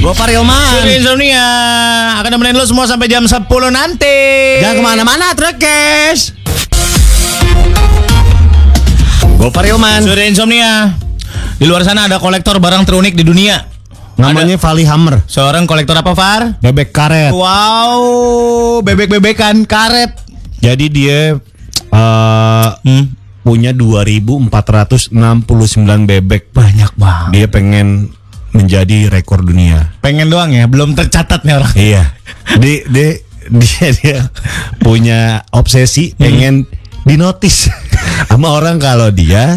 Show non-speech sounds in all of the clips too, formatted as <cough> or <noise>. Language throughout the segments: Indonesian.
Bapak Rilman. Suri Insomnia ya. akan nemenin lo semua sampai jam 10 nanti. Jangan kemana-mana, Trekes. Bapak Rilman. Suri Insomnia. Di luar sana ada kolektor barang terunik di dunia. Namanya Vali Hammer. Seorang kolektor apa, Far? Bebek karet. Wow, bebek-bebekan karet. Jadi dia eh Hmm. punya 2469 bebek. Banyak banget. Dia pengen menjadi rekor dunia. Pengen doang ya, belum tercatat nih <laughs> orang. Iya. Di, di, dia dia punya Hmm. obsesi pengen dinotis <laughs> sama orang kalau dia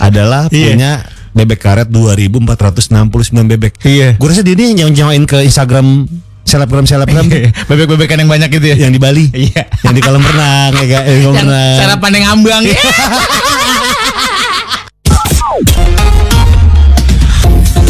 adalah Iya. punya bebek karet 2469 bebek. Iya. Gue rasa dia ini yang nyawain ke Instagram selebgram selebgram Iya. Bebek-bebekan yang banyak itu ya. yang di Bali. Iya. Yang di kolam renang ya kan? Yang di kolam Yang renang. sarapan yang ambang.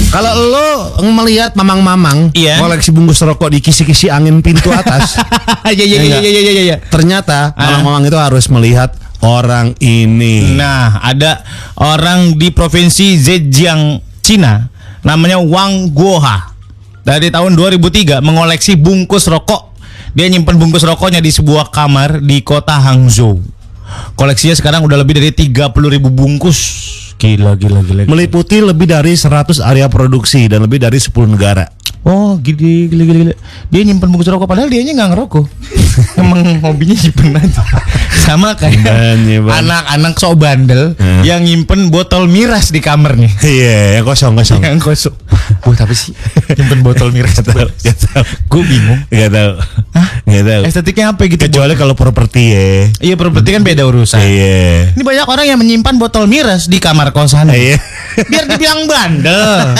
Kalau lo melihat mamang-mamang Iya. koleksi bungkus rokok di kisi-kisi angin pintu <laughs> atas, <laughs> Iya, iya, iya, iya, iya, iya, iya. ternyata mamang-mamang itu harus melihat orang ini. Nah, ada orang di provinsi Zhejiang, Cina, namanya Wang Guoha. Dari tahun 2003 mengoleksi bungkus rokok. Dia nyimpen bungkus rokoknya di sebuah kamar di kota Hangzhou. Koleksinya sekarang udah lebih dari 30 ribu bungkus. Gila, gila, gila. gila. Meliputi lebih dari 100 area produksi dan lebih dari 10 negara. Oh, gila, gila, gila, gila. Dia nyimpen bungkus rokok padahal dianya nggak ngerokok. Emang hobinya nyimpen aja. Sama kayak Ban, ya, Ban. anak-anak sok bandel Hmm. yang nyimpen botol miras di kamarnya. Iya, yang kosong kosong. <laughs> yang kosong. Wah tapi sih nyimpen botol miras Gak tahu, gak tahu. Gue bingung. Gak tahu. Gak tahu. Estetiknya apa gitu? Kecuali kalau properti ya. Iya properti kan beda urusan. Iya. Ini banyak orang yang menyimpan botol miras di kamar kosan. <laughs> Iya. Biar dibilang bandel.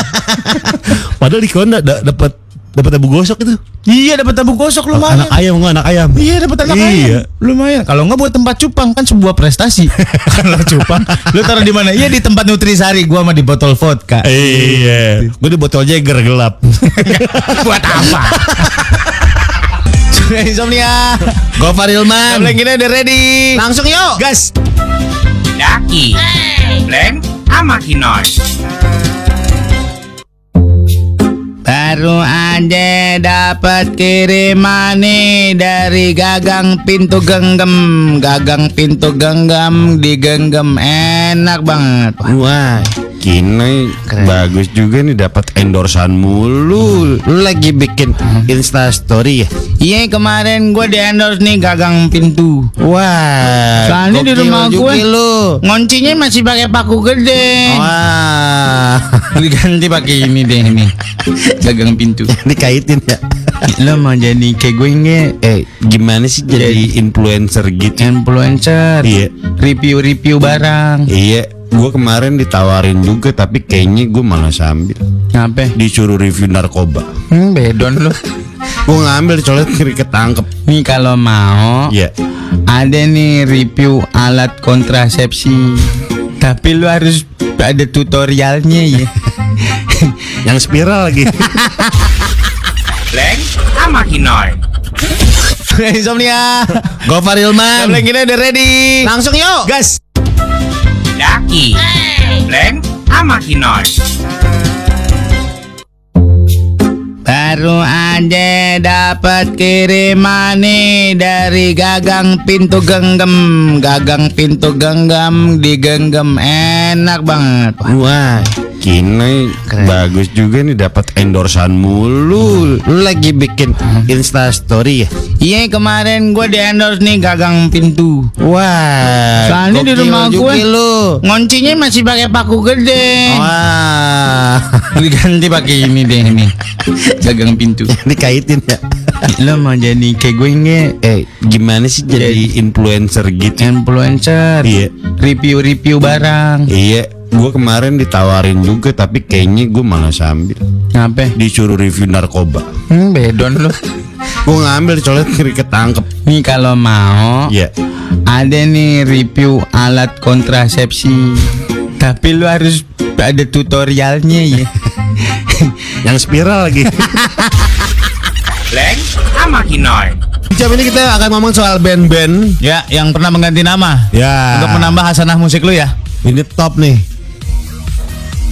Padahal di kondo dapat dapat abu gosok itu. iya dapat tabung kosong lumayan. Anak ayam enggak anak ayam. Iya dapat anak Iya. ayam. Lumayan. Kalau nggak buat tempat cupang kan sebuah <laughs> prestasi. Kalau cupang, lu taruh di mana? Iya di tempat nutrisari. Gua mah di botol vodka. Iya. Gue di botol Jagger <laughs> gelap. buat <laughs> apa? Sudah insomnia. Gofar Ilman. Yang ini udah ready. Langsung yuk. Gas. Daki, Bleng, sama Kinos. Baru aja dapat kiriman nih dari gagang pintu genggam, gagang pintu genggam digenggam enak banget. Wah, kini bagus juga nih dapat endorsan mulu. Lu lagi bikin Insta story ya? Iya kemarin gue di endorse nih gagang pintu. Wah. Soalnya di gokil rumah juga gue- lu. Ngoncinya masih pakai paku gede. Wah. Oh, <laughs> Diganti pakai ini deh ini. Gagang pintu. Dikaitin ya. Lo mau jadi kayak gue nggak? Eh, gimana sih Iya, jadi, influencer gitu? Influencer. Iya. Review-review barang. Iya, gue kemarin ditawarin juga tapi kayaknya gue malah sambil Ngapain? disuruh review narkoba. Hmm, bedon lu. Gue ngambil soalnya kiri ketangkep. Nih kalau mau Iya. ada nih review alat kontrasepsi. Tapi lu harus ada tutorialnya ya. Yang spiral lagi. Bleng, sama Kinos. <laughs> Insomnia. Gofar Ilman. Tablet kita udah ready. Langsung yuk. Gas. Daki, Bleng, sama Kinos. Baru aja dapat kiriman nih dari gagang pintu genggam, gagang pintu genggam digenggam enak banget. Wah, kini bagus juga nih dapat endorsan mulu. Lu lagi bikin Insta story ya? Iya kemarin gue di endorse nih gagang pintu. Wah. Soalnya di gokil rumah juga gue- lu. Ngoncinya masih pakai paku gede. Eh. Wah. <laughs> Diganti Oh, pakai ini deh ini. Gagang <laughs> pintu. Dikaitin ya. Lo mau jadi kayak gue nggak? Eh, gimana sih jadi influencer gitu? Influencer. Iya. Review-review barang. Iya, gue kemarin ditawarin juga tapi kayaknya gue malah sambil Ngapain? disuruh review narkoba. Hmm, bedon lo. Gue ngambil soalnya kiri ketangkep. Nih kalau mau Iya. ada nih review alat kontrasepsi. Tapi lu harus ada tutorialnya ya. Yang spiral lagi. Bleng, sama Kinos. Di <laughs> jam ini kita akan ngomong soal band-band. ya, yang pernah mengganti nama. Ya. Untuk menambah hasanah musik lu ya. Ini top nih.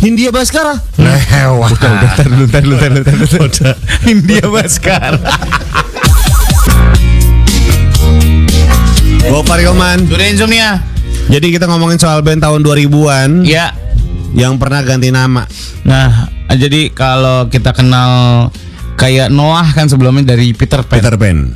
Hindia Baskara. Lewat. Udah, udah, tar dulu, tar dulu, tar dulu, tar dulu. Udah. India Baskar. Gopar Yoman. Sudah insomnia. Jadi kita ngomongin soal band tahun 2000-an Ya. yang pernah ganti nama. Nah, jadi kalau kita kenal kayak Noah kan sebelumnya dari Peter Pan. Peter Pan.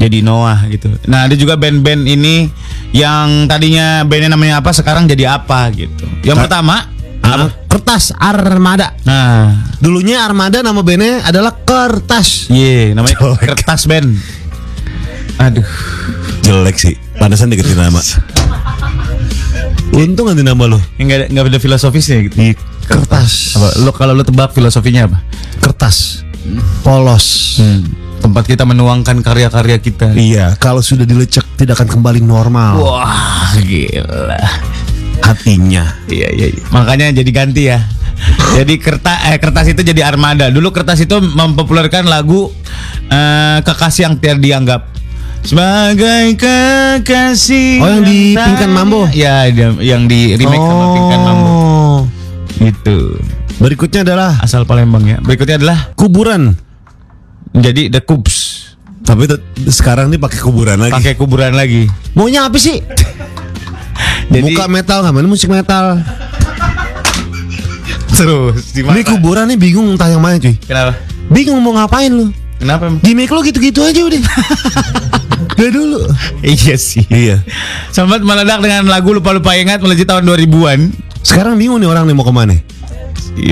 Jadi Noah gitu. Nah, ada juga band-band ini yang tadinya bandnya namanya apa sekarang jadi apa gitu. Yang Ta- pertama, Ah, kertas Armada. nah, Dulunya Armada nama bandnya adalah Kertas. ye namanya Jelek. kertas band. Aduh. Jelek sih. Panasan diganti nama. Untung ganti nama lo. Enggak ada enggak ada filosofisnya gitu. Kertas. Apa, lu kalau lu tebak filosofinya apa? Kertas. Polos. Tempat kita menuangkan karya-karya kita. Iya, kalau sudah dilecek tidak akan kembali normal Wah, gila. hatinya. Iya, iya, iya. Makanya jadi ganti <laughs> ya. Jadi kertas eh kertas itu jadi armada. Dulu kertas itu mempopulerkan lagu eh, kekasih yang tiada dianggap. Sebagai kekasih. Oh, yang di tak- Pinkan Mambo? Ya, dia- yang di remake sama Pinkan Mambo. Oh. Gitu. Berikutnya adalah Asal Palembang ya. Berikutnya adalah kuburan. jadi The Cubs. Tapi tet- sekarang nih pakai kuburan lagi. Pakai kuburan lagi. Maunya apa sih? <laughs> Jadi- Muka metal nggak main musik metal. Terus di Ini kuburan nih bingung entah yang mana cuy. Kenapa? Bingung mau ngapain lu? Kenapa? emang? Gimik lu gitu-gitu aja <laughs> udah. Dari dulu. Iya sih. Iya. Sempat meledak dengan lagu lupa-lupa ingat melejit tahun 2000-an. Sekarang bingung nih orang nih mau kemana?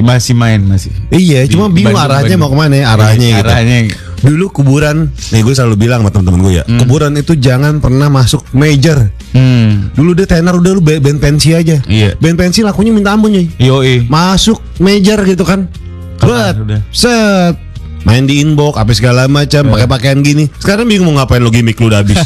Masih main masih. Iya, Di cuma bingung Bandung, Bandung. Iya, arahnya mau kemana? Arahnya gitu. Arahnya. Dulu kuburan, nih gue selalu bilang sama temen-temen gue ya, kuburan itu jangan pernah masuk major. Hmm. Dulu dia tenor udah lu band band pensi aja. Iya. Band pensi lakunya minta ampun cuy. Yoi. Masuk major gitu kan. Kelar Buat udah. set main di inbox apa segala macam pakai pakaian gini. Sekarang bingung mau ngapain lo gimmick lu udah <laughs> habis.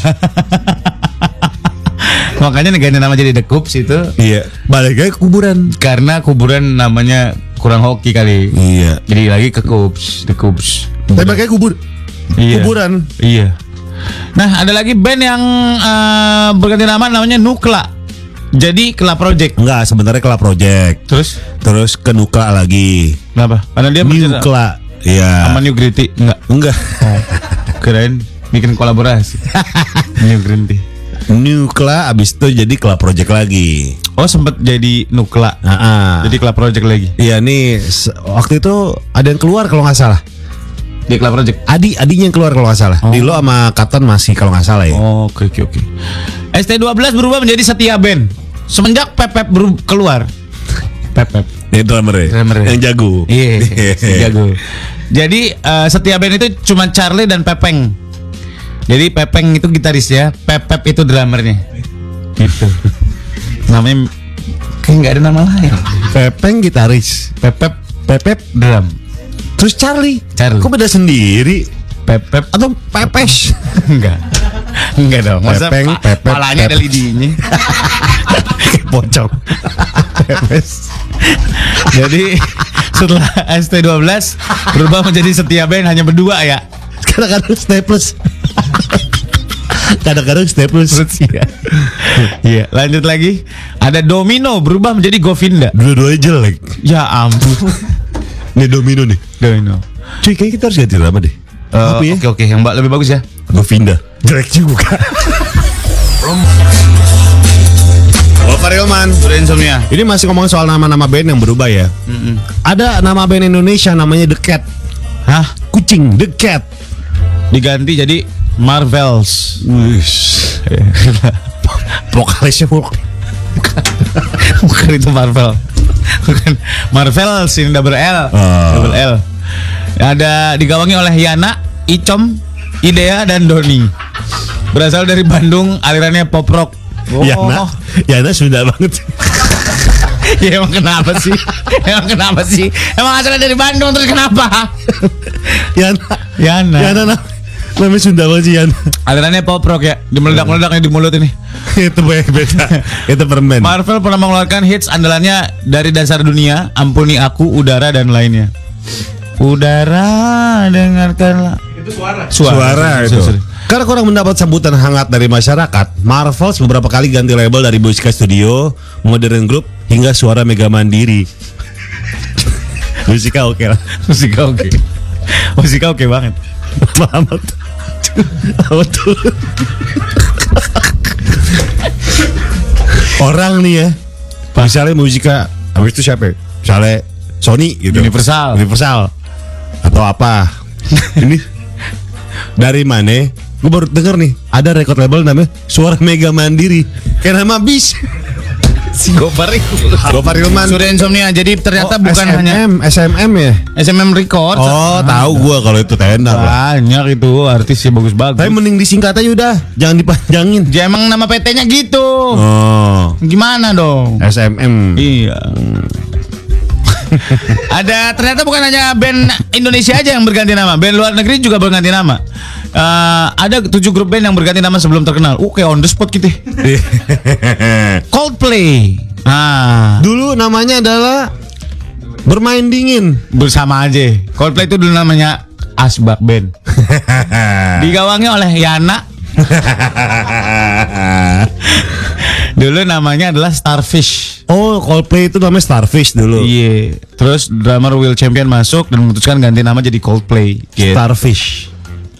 Makanya ganti nama jadi The Cubs itu iya. Balik lagi ke kuburan. karena kuburan namanya kurang hoki kali. Iya. Jadi lagi ke Cubs, The Cubs. Tapi pakai kubur. Iya. Kuburan. Iya. Nah, ada lagi band yang eh, berganti nama namanya Nukla. Jadi Kela Project. Enggak, sebenarnya Kela Project. Terus Terus ke Nukla lagi. kenapa? Karena dia bercerita- Nukla. sama Iya. New Green Tea. Enggak. Enggak. <laughs> Keren bikin kolaborasi. New Green Tea. Nukla abis itu jadi Kela Project lagi. Oh, sempat jadi Nukla. Ah. Heeh. Jadi Kela Project lagi. Iya nih se- waktu itu ada yang keluar kalau nggak salah. Di Kela Project. Adi adinya yang keluar kalau nggak Oh. salah. Dilo sama Kapten masih kalau nggak salah ya. Oke, oke, oke. ST12 berubah menjadi Setia Band. Semenjak Pepep beru- keluar. Pepep. Ini drummer ya. Drummer ya. Yang jago. <laughs> Iya, si jago. Jadi eh, Setia Band itu cuma Charlie dan Pepeng. Jadi Pepeng itu gitaris ya, Pepep itu drummernya. Gitu. Namanya kayak nggak ada nama lain. Pepeng gitaris. Pepep, Pepep. drum. Terus Charlie. Charlie. Kok beda sendiri? <laughs> Pepep Atau Pepes? Enggak. <laughs> Enggak dong. Masa Pepeng, pa- pepep, palanya ada pep. lidinya. <laughs> Pocong. Jadi setelah ST12 berubah menjadi setia band hanya berdua ya. <laughs> Kadang-kadang <laughs> staples. Kadang-kadang staples. Iya. Iya, lanjut lagi. Ada Domino berubah menjadi Govinda. Dua-duanya jelek. Ya ampun. Ini domino nih. Domino. Cuy, kayaknya kita harus ganti nama deh. Eh, Apa ya? Oke oke, yang Mbak lebih bagus ya. Govinda. Jelek juga. Gopar Yoman. Sudah insomnia. Ini masih ngomongin soal nama-nama band yang berubah ya. Ada nama band Indonesia namanya The Cat. Hah? Kucing The Cat. Diganti jadi Marvels. <laughs> Wih. Vokalisnya vok- Bukan itu Marvel. Bukan Marvel sini double L. Ah. Double L. Ada digawangi oleh Yana, Icom, Idea dan Doni. Berasal dari Bandung, alirannya pop rock. Oh. Yana, Yana Sunda banget. <laughs> Ya emang kenapa sih? emang kenapa sih? Emang asalnya dari Bandung terus kenapa? <laughs> Yana. Yana. Yana nam- namanya Sunda banget sih Yana. <laughs> Alirannya pop rock ya. Di meledak-meledaknya di mulut ini. Itu banyak beda. Itu permen. Marvel pernah mengeluarkan hits andalannya dari dasar dunia, ampuni aku, udara dan lainnya. Udara dengarkanlah. Itu suara. Suara itu. Karena kurang mendapat sambutan hangat dari masyarakat, Marvels beberapa kali ganti label dari Boyska Studio, Modern Group, hingga Suara Mega Mandiri. <laughs> Musiknya oke lah. Musiknya oke. Musiknya oke banget. Apa tuh? Apa tuh? Orang nih ya. Misalnya musika habis itu siapa? ya? Misalnya Sony gitu. Universal. Universal. Atau apa? Ini dari mana? Gue baru denger nih, ada record label namanya Suara Mega Mandiri. Kayak nama bis. Si Gopar Gopar Ilman. Surya Insomnia. Jadi ternyata Oh, bukan SMM, hanya SMM ya? SMM Record. Oh, tahu gua kalau itu tenda lah. Banyak itu artis sih bagus-bagus. Tapi mending disingkat aja udah, jangan dipanjangin. Ya emang nama PT-nya gitu. Oh, Gimana dong? SMM. Iya. <laughs> Ada ternyata bukan hanya band Indonesia aja yang berganti nama, band luar negeri juga berganti nama. Eh, ada tujuh grup band yang berganti nama sebelum terkenal. Uh, kayak on the spot gitu. Coldplay. Ah, <laughs> Dulu namanya adalah bermain dingin. bersama aja. Coldplay itu dulu namanya Asbak Band. Digawangi oleh Yana. Dulu namanya adalah Starfish. oh, Coldplay itu namanya Starfish dulu. Iya. Terus drummer Will Champion masuk dan memutuskan ganti nama jadi Coldplay. Gitu. Starfish.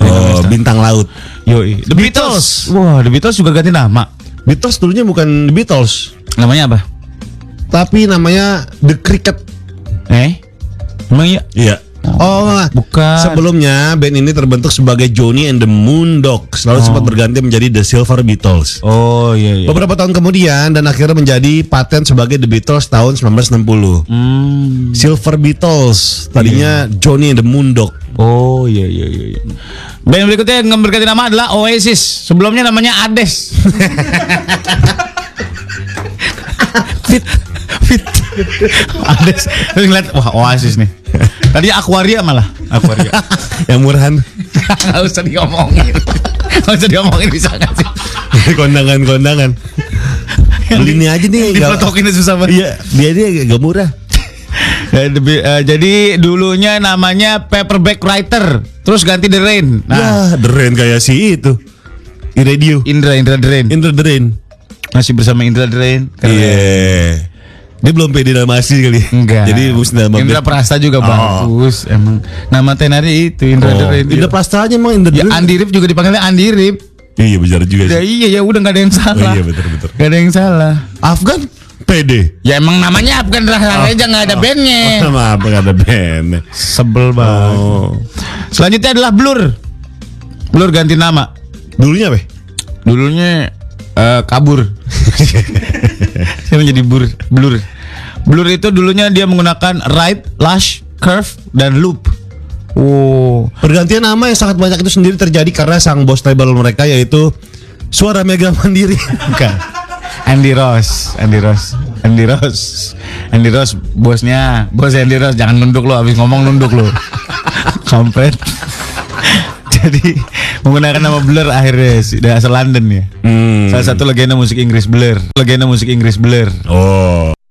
Oh, bintang laut. Yoi. The Beatles. Wah, The Beatles juga ganti nama. Beatles dulunya bukan The Beatles, Namanya apa? tapi namanya The Cricket. Eh? Emang iya? Iya. Oh, enggak. Bukan. Sebelumnya band ini terbentuk sebagai Johnny and the Moondogs, lalu sempat berganti menjadi The Silver Beatles. Oh iya iya. Beberapa tahun kemudian dan akhirnya menjadi paten sebagai The Beatles tahun 1960. Hmm. Silver Beatles, tadinya Iya. Johnny and the <laughs> Moondog. Oh iya iya iya. iya. Band berikutnya yang berganti nama adalah Oasis. Sebelumnya namanya Ades. Fit fit. Ades. Terus ngeliat wah Oasis nih. Tadi Aquaria malah. Aquaria. <laughs> Yang murahan Gak usah diomongin Gak usah diomongin bisa gak sih kondangan-kondangan. Beli ini aja nih. gak- Dipotokinnya susah banget Iya, dia dia gak murah. Eh, debi- eh, Jadi dulunya namanya Paperback Writer Terus ganti The Rain Nah Nah, deren kayak si itu. I radio. Indra Indra The Rain Indra deren. Masih bersama Indra The Rain Keren. Iya. Dia belum pede dalam asli kali. Enggak Jadi musnah Indra banget. Prasta juga Oh. bagus Emang Nama tenari itu Indra The Oh, Rain iya. Indra Prasta aja emang Indra Ya Dren. Andi Rip juga dipanggilnya Andi Rip Iya, benar juga Ya sih. iya ya udah gak ada yang salah iya, betul, betul. Gak ada yang salah Afgan pede. Ya emang namanya bukan Ah. Rahel aja gak ada <laughs> bandnya Sama apa ada band. Sebel banget Oh. Selanjutnya adalah Blur. Blur ganti nama. Dulunya apa? Dulunya eh, <laughs> kabur. dia menjadi blur. Blur. Blur itu dulunya dia menggunakan right, lash, curve, dan loop. Oh, Pergantian nama yang sangat banyak itu sendiri terjadi karena sang bos label mereka yaitu Suara Mega Mandiri. bukan. Andy Ross, Andy Ross, Andy Ross, Andy Ross, bosnya, bos Andy Ross, jangan nunduk lo, habis ngomong nunduk <laughs> lo, kampret. <laughs> Jadi menggunakan nama Blur akhirnya, si- dari asal London ya. Hmm. Salah satu legenda musik Inggris Blur. Legenda musik Inggris Blur. Oh.